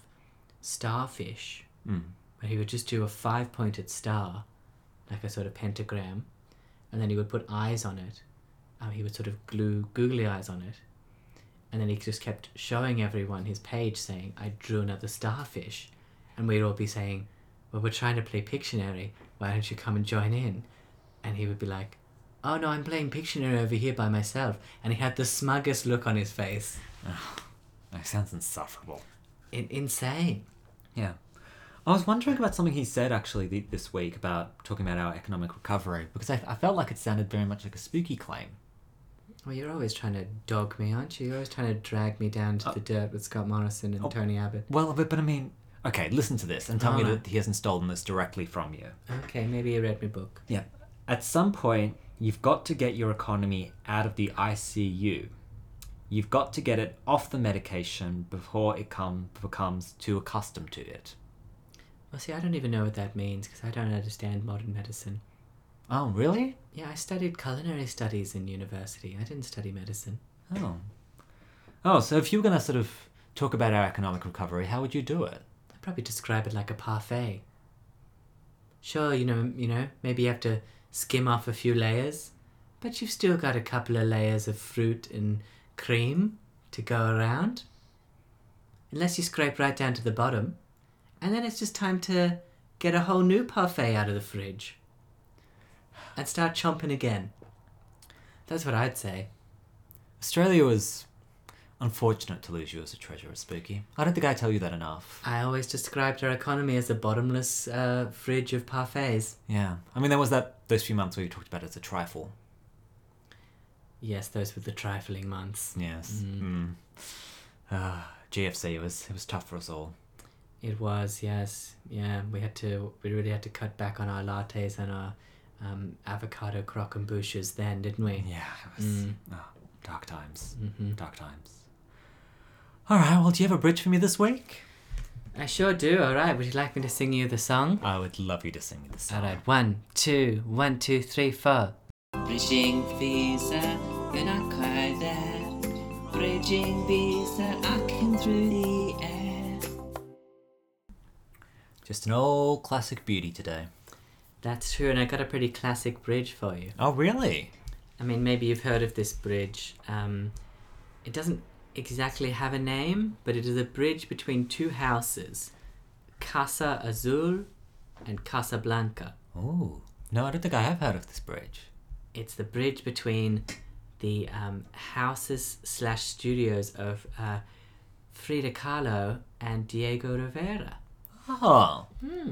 [SPEAKER 2] starfish.
[SPEAKER 1] Mm.
[SPEAKER 2] Where he would just do a five-pointed star, like a sort of pentagram, and then he would put eyes on it. Um, he would sort of glue googly eyes on it, and then he just kept showing everyone his page, saying, "I drew another starfish," and we'd all be saying, "Well, we're trying to play Pictionary. Why don't you come and join in?" And he would be like. Oh no, I'm playing Pictionary over here by myself, and he had the smuggest look on his face.
[SPEAKER 1] That sounds insufferable.
[SPEAKER 2] In- insane.
[SPEAKER 1] Yeah. I was wondering about something he said actually th- this week about talking about our economic recovery because I, I felt like it sounded very much like a spooky claim.
[SPEAKER 2] Well, you're always trying to dog me, aren't you? You're always trying to drag me down to the dirt with Scott Morrison and Tony Abbott.
[SPEAKER 1] Well, but, but I mean, okay, listen to this and tell me
[SPEAKER 2] Alright.
[SPEAKER 1] that he hasn't stolen this directly from you.
[SPEAKER 2] Okay, maybe you read my book.
[SPEAKER 1] Yeah. At some point, you've got to get your economy out of the ICU. You've got to get it off the medication before it come, becomes too accustomed to it.
[SPEAKER 2] Well, see, I don't even know what that means because I don't understand modern medicine.
[SPEAKER 1] Oh, really?
[SPEAKER 2] Yeah, I studied culinary studies in university. I didn't study medicine.
[SPEAKER 1] Oh. Oh, so if you were going to sort of talk about our economic recovery, how would you do it?
[SPEAKER 2] I'd probably describe it like a parfait. Sure, you know, you know, maybe you have to skim off a few layers, but you've still got a couple of layers of fruit and cream to go around. Unless you scrape right down to the bottom, and then it's just time to get a whole new parfait out of the fridge and start chomping again. That's what I'd say.
[SPEAKER 1] Australia was unfortunate to lose you as a treasurer, Spooky. I don't think I tell you that enough.
[SPEAKER 2] I always described our economy as a bottomless uh, fridge of parfaits.
[SPEAKER 1] Yeah. I mean, there was that those few months where you talked about it as a trifle.
[SPEAKER 2] Yes, those were the trifling months.
[SPEAKER 1] Yes. Mm. Ah, GFC it was it was tough for us all.
[SPEAKER 2] It was, yes, yeah. We had to, we really had to cut back on our lattes and our um, avocado croquembouches then, didn't we?
[SPEAKER 1] Yeah, it was
[SPEAKER 2] Mm.
[SPEAKER 1] ah, dark times.
[SPEAKER 2] hmm
[SPEAKER 1] Dark times. All right. Well, do you have a bridge for me this week?
[SPEAKER 2] I sure do. All right, would you like me to sing you the song?
[SPEAKER 1] I would love you to sing me the
[SPEAKER 2] All right, one, two, one, two, three, four. Bridging visa, you're not quite there. Bridging visa, I came through the air.
[SPEAKER 1] Just an old classic beauty today.
[SPEAKER 2] That's true, and I got a pretty classic bridge for you.
[SPEAKER 1] Oh, really?
[SPEAKER 2] I mean, maybe you've heard of this bridge. Um, it doesn't exactly have a name, but it is a bridge between two houses Casa Azul and Casa Blanca.
[SPEAKER 1] Oh. No, I don't think I have heard of this bridge.
[SPEAKER 2] It's the bridge between the um, houses slash studios of uh, Frida Kahlo and Diego Rivera.
[SPEAKER 1] Oh.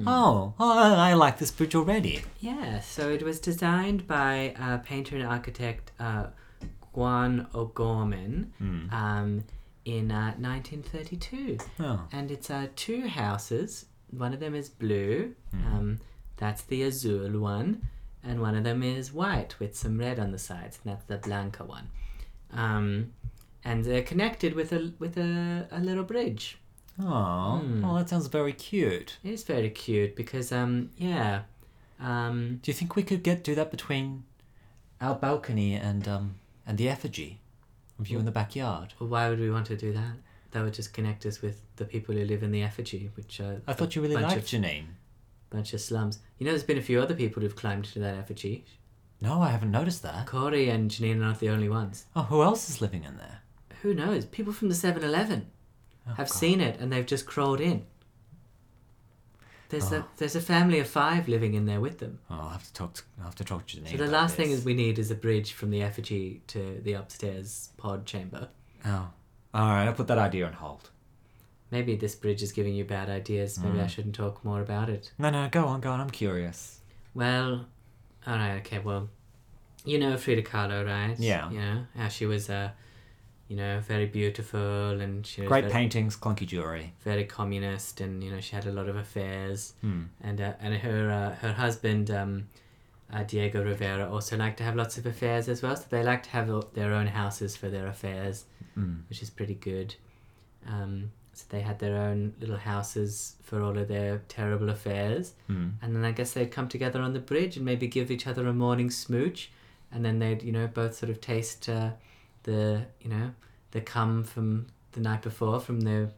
[SPEAKER 1] Oh. Oh, I I like this bridge already.
[SPEAKER 2] Yeah, so it was designed by uh, painter and architect uh, Juan O'Gorman um, in uh, 1932.
[SPEAKER 1] Oh.
[SPEAKER 2] And it's uh, two houses. One of them is blue, um, that's the azul one, and one of them is white with some red on the sides, and that's the blanca one. Um, and they're connected with a with a, a little bridge.
[SPEAKER 1] Oh. Well, that sounds very cute.
[SPEAKER 2] It is very cute because um yeah, um
[SPEAKER 1] Do you think we could get do that between our balcony and um and the effigy of you in the backyard?
[SPEAKER 2] why would we want to do that? That would just connect us with the people who live in the effigy, which are
[SPEAKER 1] I thought you really
[SPEAKER 2] bunch
[SPEAKER 1] liked
[SPEAKER 2] of,
[SPEAKER 1] Janine.
[SPEAKER 2] bunch of slums. You know, there's been a few other people who've climbed to that effigy.
[SPEAKER 1] No, I haven't noticed that.
[SPEAKER 2] Corey and Janine are not the only ones.
[SPEAKER 1] Oh, who else is living in there? Oh,
[SPEAKER 2] who knows? People from the 7 Eleven have seen it and they've just crawled in. There's, a, there's a family of five living in there with them.
[SPEAKER 1] Oh, I'll have to talk. To, I'll have to talk to Janine.
[SPEAKER 2] So the
[SPEAKER 1] about
[SPEAKER 2] last thing
[SPEAKER 1] this.
[SPEAKER 2] is we need is a bridge from the effigy to the upstairs pod chamber.
[SPEAKER 1] Oh. All right, I'll put that idea on hold.
[SPEAKER 2] Maybe this bridge is giving you bad ideas. Maybe
[SPEAKER 1] Hmm.
[SPEAKER 2] I shouldn't talk more about it.
[SPEAKER 1] No, no, go on, go on. I'm curious.
[SPEAKER 2] Well, all right, okay. Well, you know Frida Kahlo, right?
[SPEAKER 1] Yeah.
[SPEAKER 2] You know how she was, uh, you know, very beautiful and she was
[SPEAKER 1] Great
[SPEAKER 2] very-
[SPEAKER 1] paintings, clunky jewelry.
[SPEAKER 2] very communist, and you know she had a lot of affairs.
[SPEAKER 1] Hmm.
[SPEAKER 2] and uh, and her uh, her husband um, uh, Diego Rivera also liked to have lots of affairs as well. So they like to have o- their own houses for their affairs,
[SPEAKER 1] Mm.
[SPEAKER 2] which is pretty good. Um, so they had their own little houses for all of their terrible affairs,
[SPEAKER 1] Hmm.
[SPEAKER 2] and then I guess they'd come together on the bridge and maybe give each other a morning smooch, and then they'd you know both sort of taste uh, the you know the cum from the night before from their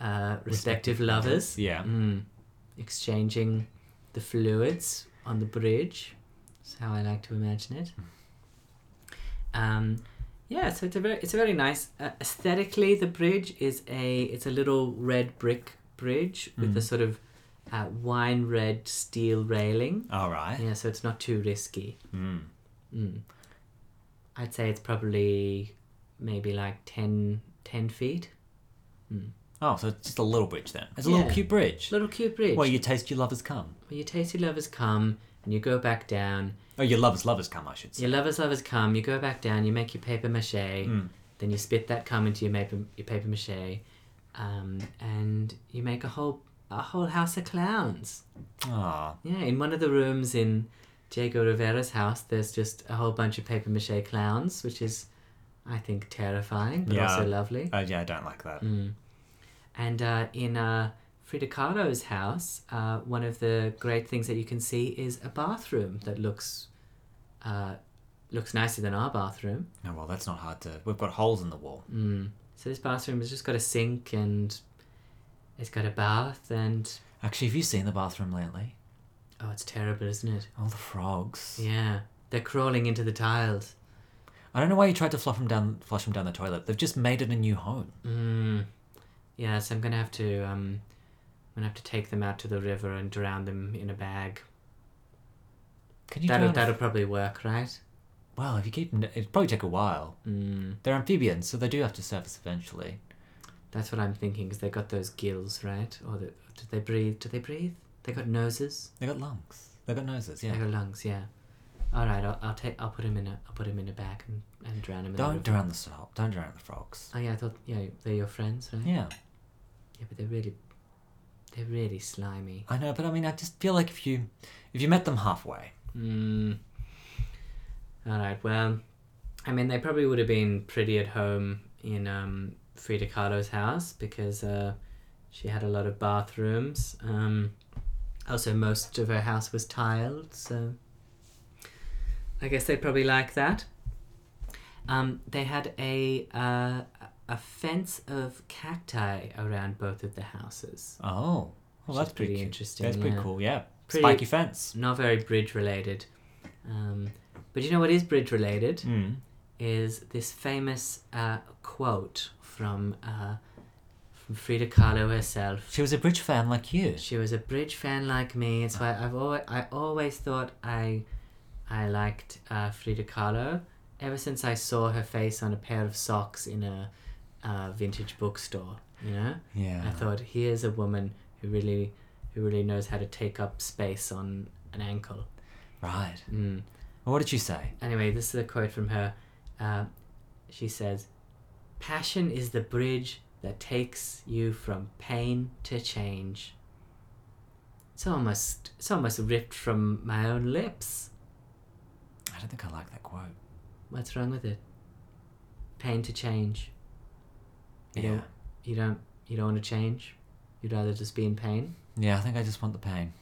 [SPEAKER 2] uh, respective lovers.
[SPEAKER 1] Yeah.
[SPEAKER 2] Mm. Exchanging the fluids on the bridge. That's how I like to imagine it. Um, yeah, so it's a very, it's a very nice. Uh, aesthetically, the bridge is a, it's a little red brick bridge with a
[SPEAKER 1] Mm.
[SPEAKER 2] sort of uh, wine red steel railing.
[SPEAKER 1] All right.
[SPEAKER 2] Yeah, so it's not too risky.
[SPEAKER 1] Mm.
[SPEAKER 2] Mm. I'd say it's probably maybe like 10, 10 feet.
[SPEAKER 1] Oh, so it's just a little bridge then. It's a little
[SPEAKER 2] Yeah.
[SPEAKER 1] cute bridge.
[SPEAKER 2] Little cute bridge.
[SPEAKER 1] Well, you taste your lovers come.
[SPEAKER 2] Well, your tasty lovers come and you go back down.
[SPEAKER 1] Oh, your lovers lovers come, I should say.
[SPEAKER 2] Your lovers lovers come. You go back down. You make your paper mache.
[SPEAKER 1] Mm.
[SPEAKER 2] Then you spit that cum into your paper your paper mache, um, and you make a whole a whole house of clowns.
[SPEAKER 1] Ah,
[SPEAKER 2] Yeah, in one of the rooms in Diego Rivera's house, there's just a whole bunch of paper mache clowns, which is, I think, terrifying but
[SPEAKER 1] Yeah.
[SPEAKER 2] also lovely.
[SPEAKER 1] oh, yeah, I don't like that.
[SPEAKER 2] Mm. And uh, in uh, Frida Kahlo's house, uh, one of the great things that you can see is a bathroom that looks Uh, looks nicer than our bathroom.
[SPEAKER 1] Oh, well, that's not hard to. We've got holes in the wall.
[SPEAKER 2] Mm. So this bathroom has just got a sink and it's got a bath and
[SPEAKER 1] Actually, have you seen the bathroom lately?
[SPEAKER 2] oh, it's terrible, isn't it?
[SPEAKER 1] All the frogs.
[SPEAKER 2] Yeah, they're crawling into the tiles.
[SPEAKER 1] I don't know why you tried to fluff them down, flush them down the toilet. They've just made it a new home.
[SPEAKER 2] Mm. Yeah, so I'm gonna have to um, I'm gonna have to take them out to the river and drown them in a bag.
[SPEAKER 1] Can you?
[SPEAKER 2] that'll
[SPEAKER 1] drown a-
[SPEAKER 2] that'll probably work, right?
[SPEAKER 1] Well, if you keep, it would probably take a while.
[SPEAKER 2] Mm.
[SPEAKER 1] They're amphibians, so they do have to surface eventually.
[SPEAKER 2] That's what I'm thinking. Cause they got those gills, right? Or the, do they breathe? Do they breathe? They got noses.
[SPEAKER 1] They got lungs. They got noses.
[SPEAKER 2] They
[SPEAKER 1] Yeah.
[SPEAKER 2] got lungs. Yeah. All right, I'll, I'll take. I'll put him in a. I'll put him in a bag and, and drown him. In
[SPEAKER 1] Don't
[SPEAKER 2] the river.
[SPEAKER 1] drown the salt. Don't drown the frogs.
[SPEAKER 2] Oh yeah, I thought yeah they're your friends, right?
[SPEAKER 1] Yeah,
[SPEAKER 2] Yeah, but they're really, they're really slimy.
[SPEAKER 1] I know, but I mean, I just feel like if you, if you met them halfway,
[SPEAKER 2] Mm. All right. Well, I mean, they probably would have been pretty at home in um, Frida Kahlo's house because uh, she had a lot of bathrooms. Um, also, most of her house was tiled, so I guess they probably like that. Um, they had a uh, a fence of cacti around both of the houses.
[SPEAKER 1] oh, well,
[SPEAKER 2] Which
[SPEAKER 1] that's
[SPEAKER 2] is pretty
[SPEAKER 1] pretty cute.
[SPEAKER 2] interesting,
[SPEAKER 1] That's pretty
[SPEAKER 2] yeah.
[SPEAKER 1] cool. Yeah,
[SPEAKER 2] Pretty-
[SPEAKER 1] spiky fence.
[SPEAKER 2] Not very bridge related, um, but you know what is bridge related?
[SPEAKER 1] Mm.
[SPEAKER 2] is this famous uh, quote from, uh, from Frida Kahlo herself.
[SPEAKER 1] She was a bridge fan like you.
[SPEAKER 2] She was a bridge fan like me. It's why I've always I always thought I I liked uh, Frida Kahlo ever since I saw her face on a pair of socks in a uh, vintage bookstore. You know,
[SPEAKER 1] Yeah.
[SPEAKER 2] I thought here's a woman who really who really knows how to take up space on an ankle.
[SPEAKER 1] Right.
[SPEAKER 2] Mm.
[SPEAKER 1] Well, what did you say?
[SPEAKER 2] Anyway, this is a quote from her. Uh, she says, Passion is the bridge that takes you from pain to change. It's almost, it's almost ripped from my own lips.
[SPEAKER 1] I don't think I like that quote.
[SPEAKER 2] What's wrong with it? Pain to change. You
[SPEAKER 1] Yeah.
[SPEAKER 2] Don't, you don't, you don't want to change. You'd rather just be in pain.
[SPEAKER 1] Yeah, I think I just want the pain.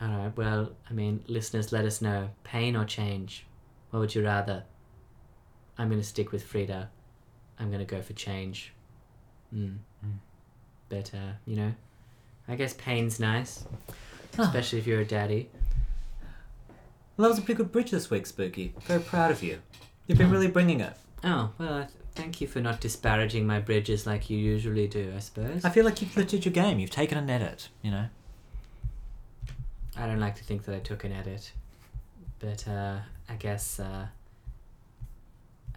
[SPEAKER 2] All right. Well, I mean, listeners, let us know: pain or change. What would you rather? I'm gonna stick with Frida. I'm gonna go for change. Mm.
[SPEAKER 1] Mm.
[SPEAKER 2] But uh, you know, I guess pain's nice,
[SPEAKER 1] Oh.
[SPEAKER 2] especially if you're a daddy.
[SPEAKER 1] Well, that was a pretty good bridge this week, Spooky. Very proud of you. You've been really bringing it.
[SPEAKER 2] Oh well, I th- thank you for not disparaging my bridges like you usually do. I suppose.
[SPEAKER 1] I feel like you've lifted your game. You've taken and at it. You know.
[SPEAKER 2] I don't like to think that I took an edit, but uh, I guess uh,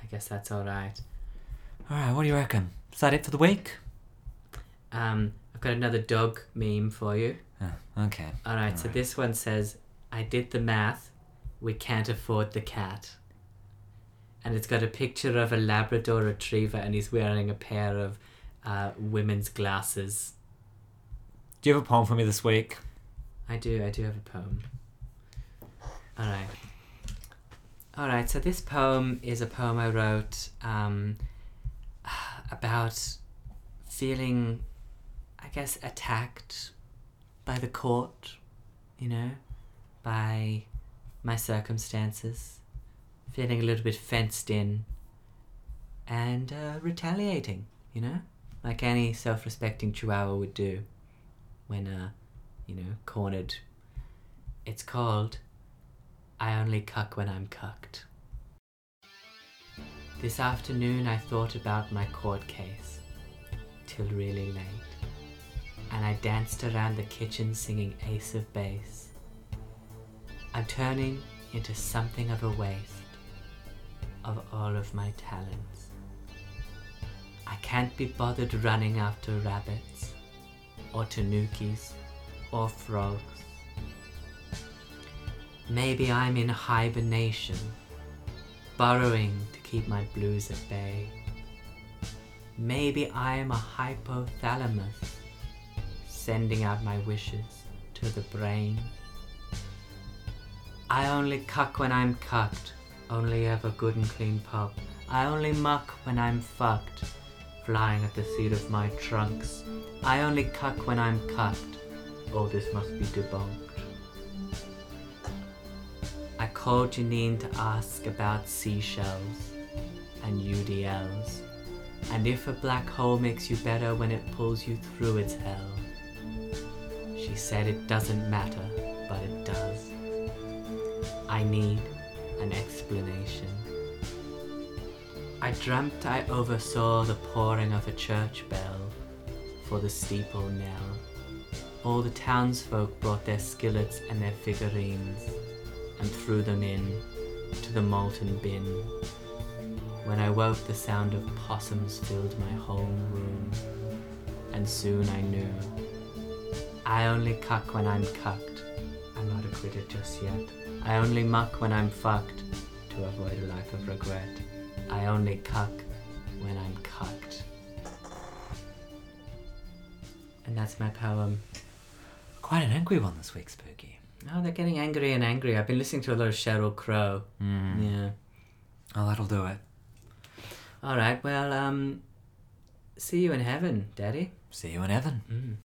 [SPEAKER 2] I guess that's all right.
[SPEAKER 1] All right. What do you reckon? Is that it for the week?
[SPEAKER 2] Um, I've got another dog meme for you.
[SPEAKER 1] Oh, okay.
[SPEAKER 2] All right, so
[SPEAKER 1] Alright.
[SPEAKER 2] this one says, I did the math, we can't afford the cat. And it's got a picture of a Labrador retriever and he's wearing a pair of uh, women's glasses.
[SPEAKER 1] Do you have a poem for me this week?
[SPEAKER 2] I do, I do have a poem. All right. All right, so this poem is a poem I wrote um, about feeling, I guess, attacked by the court, you know, by my circumstances, feeling a little bit fenced in and uh, retaliating, you know, like any self respecting chihuahua would do when, uh, you know, cornered. It's called I Only Cuck When I'm Cucked. This afternoon I thought about my court case till really late, and I danced around the kitchen singing Ace of Base. I'm turning into something of a waste of all of my talents. I can't be bothered running after rabbits or tanukis or frogs. Maybe I'm in hibernation, burrowing to keep my blues at bay. Maybe I am a hypothalamus, sending out my wishes to the brain. I only cuck when I'm cucked, only ever good and clean pup. I only muck when I'm fucked, flying at the seat of my trunks. I only cuck when I'm Oh, cucked, all this must be debunked. I I called Janine to ask about seashells and UDLs, and if a black hole makes you better when it pulls you through its hell. She said it doesn't matter, but it does. I need an explanation. I dreamt I oversaw the pouring of a church bell for the steeple knell. All the townsfolk brought their skillets and their figurines and threw them in to the molten bin. When I woke, the sound of possums filled my whole room, and soon I knew. I only cuck when I'm cucked. I'm not acquitted just yet. I only muck when I'm fucked to avoid a life of regret. I only cuck when I'm cucked. And that's my poem.
[SPEAKER 1] Quite an angry one this week, Spooky.
[SPEAKER 2] Oh, they're getting angry and angry. I've been listening to a lot of Cheryl Crow.
[SPEAKER 1] Mm.
[SPEAKER 2] Yeah.
[SPEAKER 1] Oh, that'll do it.
[SPEAKER 2] All right. Well, um, see you in heaven, Daddy.
[SPEAKER 1] See you in heaven.
[SPEAKER 2] Mm.